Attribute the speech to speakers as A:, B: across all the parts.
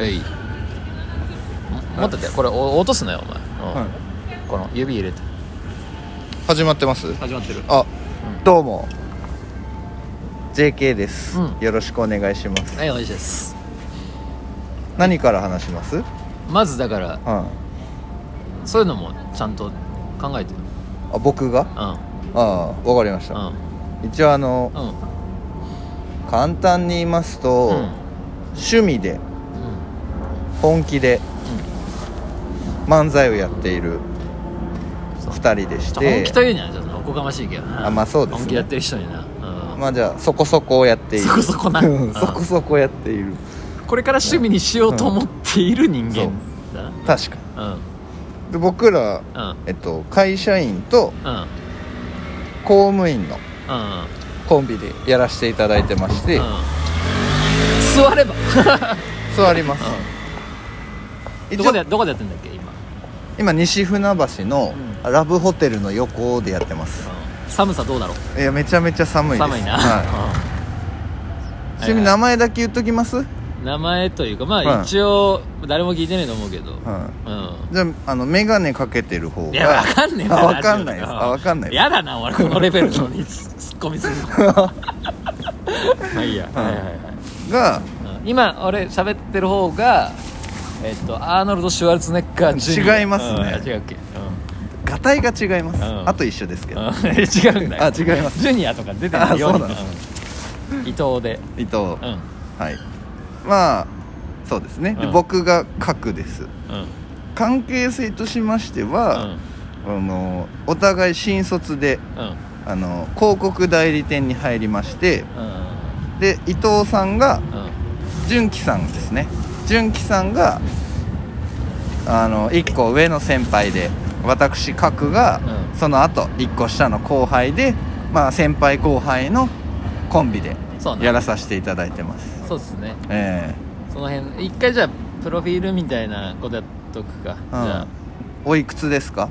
A: えい持っててこれお落とすなよお前、うん
B: はい
A: この指入れて
B: 始まってます
A: 始まってる
B: あどうも JK です、
A: うん
B: よろしくお願いします
A: はいおいしいです
B: 何から話しますうん
A: まずだから
B: あ
A: そういうのもちゃんと考えてる
B: 僕が
A: うんうん
B: ああわかりました、一応あの
A: うん
B: 簡単に言いますと、
A: うん
B: 趣味で
A: うん
B: 本気で、漫才をやっている
A: そう
B: 2人でし
A: ちょ本
B: て
A: 気というにはちょっとおこがましいけどな
B: あまあそうですね
A: 本気やってる人にな、うん
B: まあじゃあそこそこやっている
A: そこそこな
B: うんそこそこやっている
A: これから趣味にしようと思っている人間だ
B: 確かに
A: な
B: で僕ら、
A: うんうん
B: えっと、会社員と
A: うんうん
B: 公務員の
A: うん
B: コンビでやらせていただいてまして、
A: うん座れば
B: 座ります、一
A: ど
B: 応
A: こでどこでやってんだっけ今、
B: 今西船橋の
A: う
B: ラブホテルの横でやってます、
A: うん寒さどうだろう
B: いやめちゃめちゃ寒いです
A: 寒いな、
B: は
A: うん
B: い、ちなみに名前だけ言っときます、はい、
A: 名前というかま
B: は
A: あ
B: い
A: 一応誰も聞いてないと思うけど、うん
B: じゃああの眼鏡かけてる方が
A: いや、わかんねえ
B: あわかんないですあわかんないです
A: やだな、俺、このレベルのにツツッコミするの。まあいいや。
B: はい
A: はいはいはい
B: が
A: うん今、俺、喋ってる方が、えっと、アーノルド・シュワルツェネッガージュニア
B: 違いますね
A: うん違うっけ
B: がたいが違います、
A: うん
B: あと一緒ですけ
A: う
B: ど、
A: んうん 違うんだよ。
B: あ違います
A: ジュニアとか出て
B: あ
A: るよ。
B: そうなんです
A: うん伊藤で。
B: 伊藤、
A: うん。うん。
B: はいまあそうですね、で
A: うん
B: 僕が角です
A: うん
B: 関係性としましては、あのお互い新卒で
A: うん。
B: あの広告代理店に入りまして
A: うん。
B: で伊藤さんが
A: うん。
B: 純喜さんですね純喜さんがあの1個上の先輩で私角が、
A: うん
B: その後1個下の後輩でまあ先輩後輩のコンビで
A: そうね
B: やらさせていただいてます、
A: そうですね。
B: え
A: その辺、一回じゃあ、プロフィールみたいなことやっとくか。
B: え
A: じゃあ。
B: うん、おいくつですか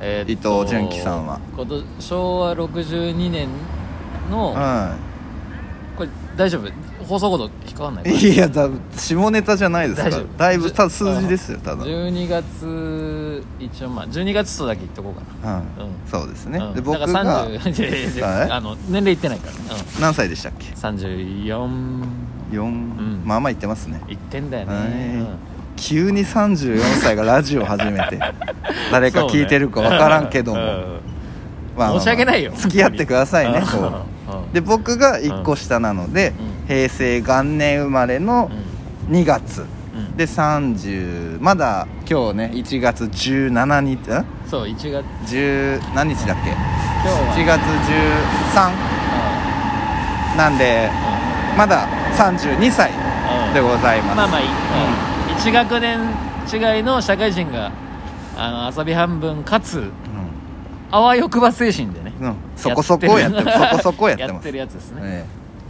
A: えーっ
B: 伊藤純喜さんは
A: 今年昭和62年の、
B: は
A: これ大丈夫放送ごと引っかかんない
B: いいやだ下ネタじゃないですか
A: 大丈夫
B: だいぶただ数字ですよただ、うん、
A: 12月一応まあ12月とだけ言っとこうかなうん
B: そうですね、
A: うん
B: で僕
A: だから
B: が
A: 30いやいやい
B: は
A: や
B: い
A: あの年齢いってないから、う
B: 何歳でしたっけ
A: ん、34
B: 4、
A: ん
B: まあまあ言ってますね
A: いってんだよね、
B: は
A: うん
B: い、急に34歳がラジオ始 めて誰か聞いてるか分からんけども、
A: そうねうん
B: まあまあまあ
A: 申し訳ないよ
B: 付き合ってくださいね
A: う
B: こ
A: ん
B: う
A: うん
B: で僕が1個下なので、
A: うん
B: 平成元年生まれの2
A: う
B: 月、
A: んうん
B: で30まだ今日ね1月17日ん
A: そう1月今
B: 10何日だっけ
A: 日は
B: 1月13なんで
A: うんうん
B: まだ32歳でございます、
A: まあまあいい、うん一学年違いの社会人があの遊び半分かつあわよくば精神でね、
B: うんうんそこそこやってますそこそこやって
A: や
B: ま
A: っ
B: す
A: てるやつですね、
B: え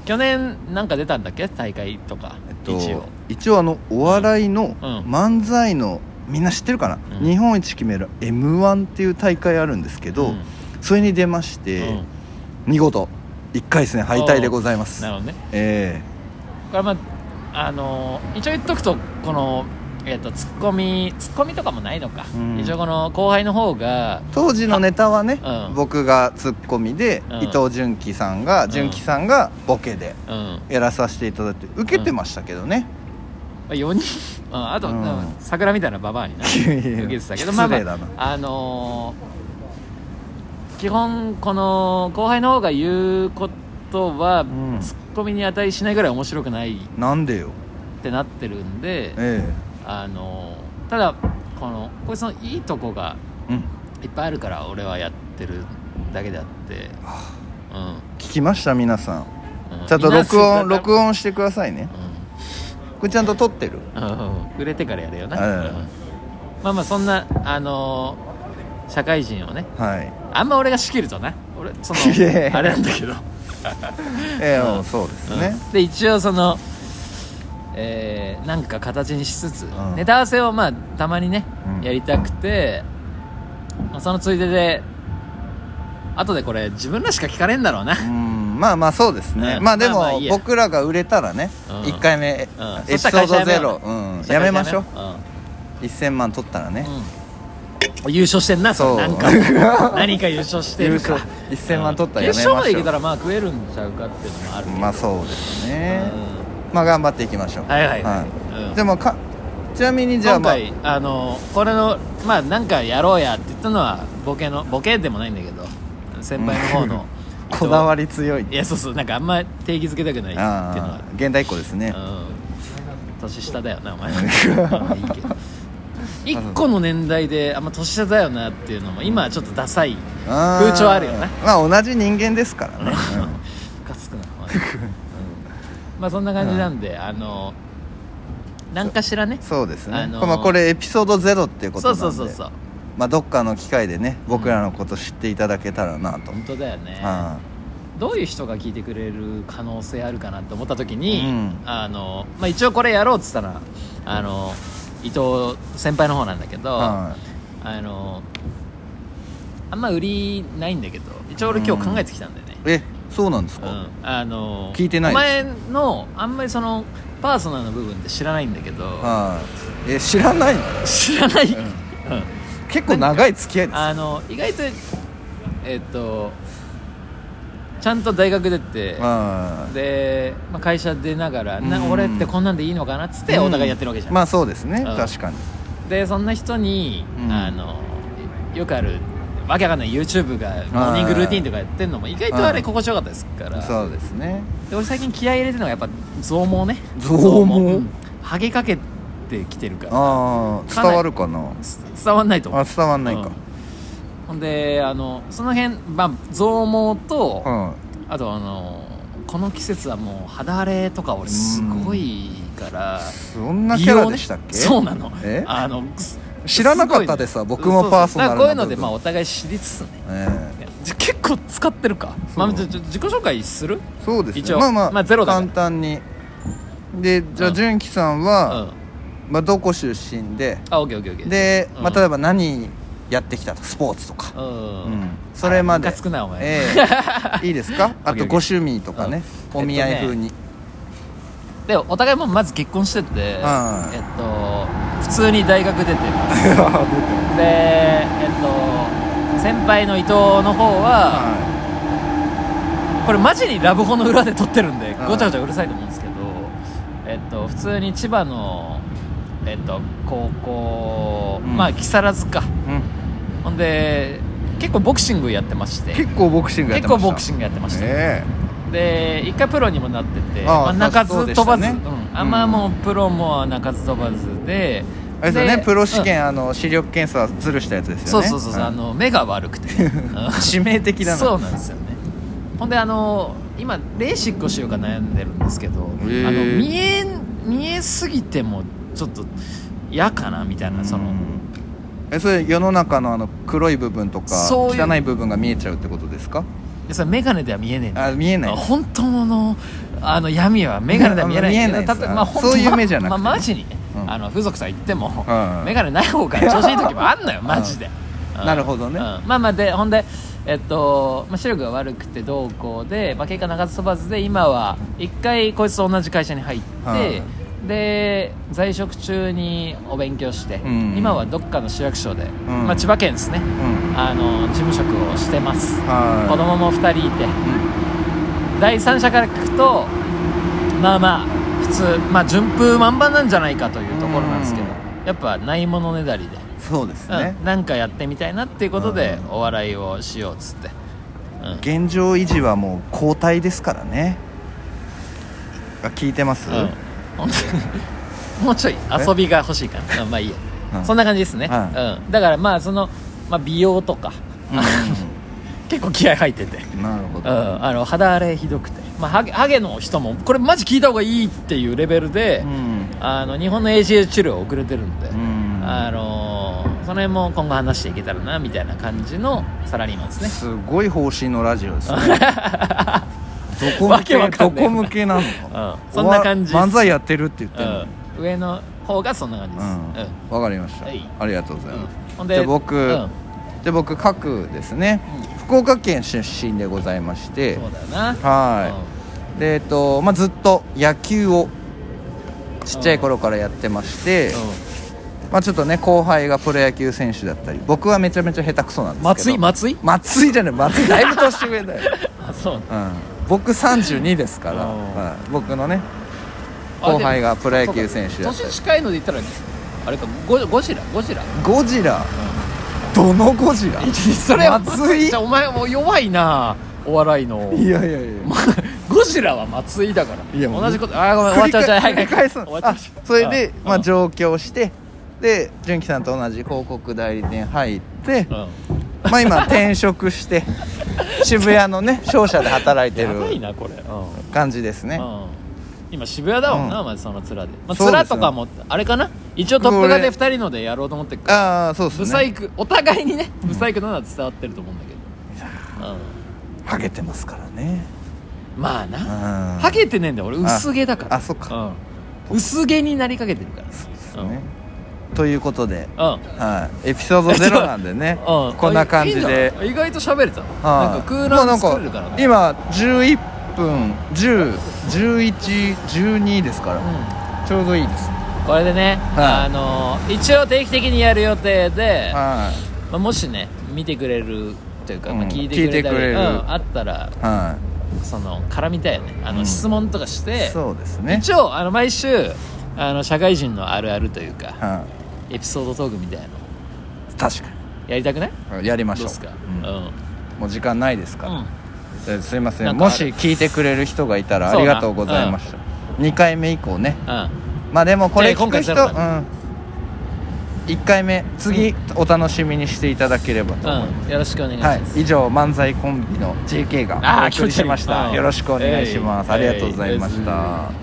A: 去年なんか出たんだっけ大会とか、
B: ええっと、
A: 一
B: 一
A: 応
B: 応あのお笑いの
A: うん
B: 漫才のみんな知ってるかな、
A: うん
B: 日本一決める m 1っていう大会あるんですけど、
A: うん
B: それに出まして、
A: うん
B: 見事1回戦敗退でございます
A: なるほどね
B: え
A: これまああのー一応言っとくとこのえっ、とツッコミツッコミとかもないのか、
B: うん
A: 一応この後輩の方が
B: え当時のネタはね、
A: あうん
B: 僕がツッコミで、
A: うん
B: 伊藤純喜さんが、
A: ん
B: 純喜さんがボケで
A: うん
B: やらさせていただいて受けてましたけどね、
A: 4人、うん、あと、
B: うん
A: うん桜みたいなババアにな
B: いやいやいや
A: 受けてたけど
B: 失礼
A: まあ
B: だな
A: まあ、あのー基本この後輩の方が言うことは、
B: ん
A: ツッコミに値しないぐらい面白くないっ
B: なんでよ
A: てなってるんで、
B: え
A: あのーただこのこいつのいいとこが
B: えうん
A: いっぱいあるから俺はやってるだけであって、う
B: 聞きました皆さん
A: んうん、
B: ちゃんと録音録
A: 音、
B: 音してくださいねこれちゃんと撮ってる
A: うんうん、売れてからやれよな、
B: うん
A: うんまあまあそんなあのー社会人をね
B: はい
A: あんま俺が仕切るとな俺その
B: いやいや
A: あれなんだけど、
B: ええ
A: うん
B: うんそうですね、
A: うんで一応そのえーなんか形にしつつ、
B: ん
A: ネタ合わせをまあたまにね、
B: うん
A: やりたくて、まあそのついでで後でこれ自分らしか聞かれんだろうな、
B: うんまあまあそうですね、
A: うん
B: まあでも、
A: まあまあいいや
B: 僕らが売れたらね、
A: うん
B: 1回目、
A: うん
B: エピソードゼロ、うん、やめましょう
A: う、うん
B: 1000万取ったらね、
A: うん優勝してんな
B: そう
A: それなんか何か優勝して
B: 優
A: るか
B: 勝1000万取ったらやめまし
A: 決
B: ょう、
A: 勝まで行けたらまあ食えるんちゃうかっていうのもあるけど
B: まあそうですね、
A: う
B: まあ頑張っていきましょう
A: はいはいはいうん
B: でもかちなみに
A: ん
B: じゃあ、
A: 今
B: まあ、
A: 回あのこれのまあなんかやろうやって言ったのはボケのボケでもないんだけど先輩の方 の
B: こだわ
A: り
B: り強い
A: いやそうそうなんかあんま定義づけたくないっていうのは
B: ああ現代っ子ですね、
A: うん年下だよなお 前まあいいけど1個の年代であんま年下だよなっていうのも今はちょっとダサい
B: あー
A: 風潮あるよね
B: まあ同じ人間ですからね、
A: ムカつくな、お前うんまあそんな感じなんで、あの何かしらね
B: うんそうですね、
A: あのー
B: まあ、これエピソードゼロっていうこと
A: そ
B: な
A: うん
B: で
A: そうそうそう
B: まあ、どっかの機会でね僕らのこと知っていただけたらなと、
A: 本当だよね
B: あ
A: どういう人が聞いてくれる可能性あるかなって思った時に、
B: うん
A: あのまあ、一応これやろうっつったらあの伊藤先輩の方なんだけど、
B: あは
A: あのあんま売りないんだけど一応俺今日考えてきたんだよね、
B: いえそうなんです
A: う
B: か、
A: んあの
B: 聞いてない
A: お前のあんまりそのパーソナルの部分って知らないんだけど
B: はいえ知らないの
A: 知らない、
B: ん
A: うん
B: 結構長い付き合いです
A: あの意外とえっとちゃんと大学出て
B: あー
A: で、まあ、会社出ながら
B: う
A: なん俺ってこんなんでいいのかなっつって
B: うん
A: お互いやってるわけじゃん、
B: まあそうですね
A: うん
B: 確かに
A: でそんな人に、
B: うん
A: あのよくあるわけわかんない YouTube がモーニングルーティンとかやってんのも意外とあ
B: う
A: れ
B: ん
A: 心地よかったですから
B: そうですね
A: で俺最近気合い入れてるのがやっぱ増毛ね
B: 増毛
A: うんハゲかけてきてるから
B: ああ
A: か
B: 伝
A: なり
B: わるかな
A: す伝わんないと思
B: あ
A: う
B: 伝わんないか
A: うんほんであのその辺、まあ、増毛と、
B: うん
A: あとあのこの季節はもう肌荒れとか俺すごいから
B: そんなキャラでしたっけ
A: 美容ねそうなの
B: え
A: あのす
B: 知らなかったですわ
A: ごいね
B: 僕もパーソナル
A: そうそうだか
B: な
A: らこういうの
B: 部分
A: でまあお互い知りつつね
B: ええ
A: じ結構使ってるか、
B: そ
A: ま
B: う
A: あ、じゃじゃ自己紹介する
B: そうです
A: 一
B: ね
A: 応
B: まあまあ
A: まあゼロだから
B: 簡単にでじ
A: う
B: ゃあ
A: ん
B: 純喜さん
A: うん
B: は
A: あ
B: まあどこ出身で
A: オッケーオッケーオッケー
B: で
A: うん
B: まあ例えば何やってきたとスポーツとか
A: う
B: うんんそれまで
A: あムカつくなお前
B: え えいいですかあとご趣味とかね
A: うん
B: お見合い風に
A: でお互いもまず結婚してて、
B: ん
A: えっと普通に大学出てますでえっと先輩の伊藤の方は、
B: は
A: これマジにラブホの裏で撮ってるんで
B: うん
A: ごちゃごちゃうるさいと思うんですけど、えっと、普通に千葉の、えっと、高校、
B: うん
A: まあ木更津か
B: いうん
A: ほんで結構ボクシングやってまして
B: 結構ボクシングやって
A: 結構
B: ました
A: ボクシングやってました、
B: え
A: で一回プロにもなってて
B: ああ
A: まあ、鳴かず飛ばず、
B: そうで
A: う
B: したね
A: ん、あんまもうプロも鳴かず飛ばずで
B: えあれですよね
A: で
B: プロ試
A: うん
B: 験あの視力検査ずるしたやつです
A: そ
B: よ
A: う
B: ね
A: そうそうそう、
B: はい
A: あの目が悪くて ね、
B: 致命的だな
A: そうなんですよねほんであの今レーシックをしようか悩んでるんですけど、
B: へえ
A: あの見え見えすぎてもちょっと嫌かなみたいなその、
B: うんえそれ世の中のあの黒い部分とか
A: そういう
B: 汚い部分が見えちゃうってことですか
A: でそれ眼鏡では見えねえんだ
B: あ見えない
A: 本当のあの闇は眼鏡では見えないんだけど
B: 見えないんです
A: たとまあ、本当
B: そういう目じゃなくて
A: まあ、マジにね、
B: うん
A: あの風俗さん行っても、
B: うん
A: 眼鏡ない方が調子いい時もあんのよマジで、
B: んなるほどね
A: うんまあまあでほんでえっと、まあ、視力が悪くてどうこうで、まあ、結果長飛ばずで今は一回こいつと同じ会社に入って、で在職中にお勉強して、
B: ん
A: 今はどっかの市役所で、
B: ん
A: まあ、千葉県ですね
B: うん
A: あの事務職をしてます、
B: はい
A: 子供も2人いて
B: う
A: 第三者から聞くとまあまあ普通、まあ、順風満帆なんじゃないかというところなんですけどやっぱないものねだりで、
B: んそうです
A: うん
B: ね、
A: なんかやってみたいなっていうことで
B: う
A: お笑いをしようっつって、うん
B: 現状維持はもう後退ですからねあ聞いてます、
A: うん 本当にもうちょい遊びが欲しいかなうんまあいいや、
B: うん
A: そんな感じですね、
B: はい
A: うん、だからまあその、まあ、美容とか、結構気合入ってて
B: うんなるほ
A: うん、
B: ど、
A: あの肌荒れひどくて、まあ、ハゲハゲの人もこれマジ聞いた方がいいっていうレベルで、
B: うん
A: あの日本の ACL 治療遅れてるんで、
B: うん
A: あのーその辺も今後話していけたらなみたいな感じのサラリーマンですね
B: すごい方針のラジオ ですねどこ
A: わ
B: 向
A: けわ
B: け
A: か
B: ど
A: んない
B: こ向けなの、
A: うんそんな感じ
B: お
A: です
B: わ漫才やってるって言ってるのに
A: うん、上の方がそんな感じ
B: うん
A: です、うん
B: わかりました、
A: はい
B: ありがとうございます、
A: うんほんで
B: じゃあ僕、
A: うん
B: で僕各ですね、
A: うん
B: 福岡県出身でございまして
A: そうだよな
B: はいうでえっと、まあ、ずっと野球をちっちゃい頃からやってまして、
A: う
B: まあ、ちょっとね後輩がプロ野球選手だったり僕はめちゃめちゃ下手くそなんで
A: ん
B: すけど
A: 松井松井
B: 松井じゃない松井だいぶ年上だよ、
A: あそう
B: うん、僕32ですから、
A: うん
B: うん僕のね後輩がプロ野球選手だったり
A: 年近いので言ったらねあれかゴゴジラゴ ジラ
B: ゴジラ、どのゴジラ
A: それは
B: 松井い
A: じゃあお前もう弱いなお笑いの
B: やいやいや
A: ま ゴジラは松井だから
B: いやもう
A: 同じことあーごめん終
B: 繰
A: わっ
B: り
A: ちゃうじゃ
B: 返
A: うはい
B: 繰り返すん
A: 終わっちゃ
B: あ
A: う
B: それでまあ
A: うん
B: 上京してで純喜さんと同じ広告代理店入って
A: うん
B: まあ今転職して 渋谷のね商社で働いて
A: やばい
B: る
A: なこれう
B: 感じですね
A: んうん今渋谷だもんな
B: うん
A: まずその面でまあ
B: そうです
A: 面とかもあれかな一応トップガで2人のでやろうと思ってるから
B: ああそうで
A: ブ
B: す
A: サ
B: ね
A: イクお互いにねブサイクなのは伝わってると思うんだけど
B: ハゲてますからね
A: うんまあな
B: ハ
A: ハゲてねえんだよ俺薄毛だから
B: ああそっか
A: うん薄毛になりかけてるからそう
B: ですねということで
A: うん
B: はいエピソードゼロなんでね
A: うん
B: こんな感じで
A: あいいんだ意外と喋れた
B: はい
A: なんか空欄作れるから
B: もうなん
A: ね
B: 今11分101112ですから、ちょうどいいです
A: うんこれでね
B: はい
A: あのー一応定期的にやる予定で
B: はい
A: まあもしね見てくれるというかまあ
B: うん
A: 聞いてくれたり
B: 聞いてくれ
A: う
B: る
A: んあったら
B: は
A: その絡みたいよねあ
B: う
A: の
B: ん
A: 質問とかし
B: い、
A: て
B: そうですね
A: 一応あの毎週あの社会人のあるあるというか
B: は
A: エピソードトークみたいなの
B: い、確か
A: やりたくない
B: にやりまし
A: ど
B: ょ
A: う
B: う
A: すか
B: うん
A: うん
B: もう時間ないですから、
A: う
B: えすいませ
A: なんんかあ
B: も
A: る
B: し聞いてくれる人がいたら
A: そう
B: あ
A: な
B: りがとうございました、2回目以降ね
A: んうん
B: まあでもこれ
A: で
B: 聞
A: 今
B: く
A: 回ゼ
B: 人、う
A: ロだ
B: ん、1回目次、お楽しみにしていただければと思います、
A: うん、よろしくお願いし
B: は
A: ます、
B: い、以上漫才コンビの JK が
A: あー
B: お送りしまし
A: 気持ち悪い
B: た
A: うん
B: よろしくお願いします、
A: えい
B: ありがとうございまし
A: えい
B: た、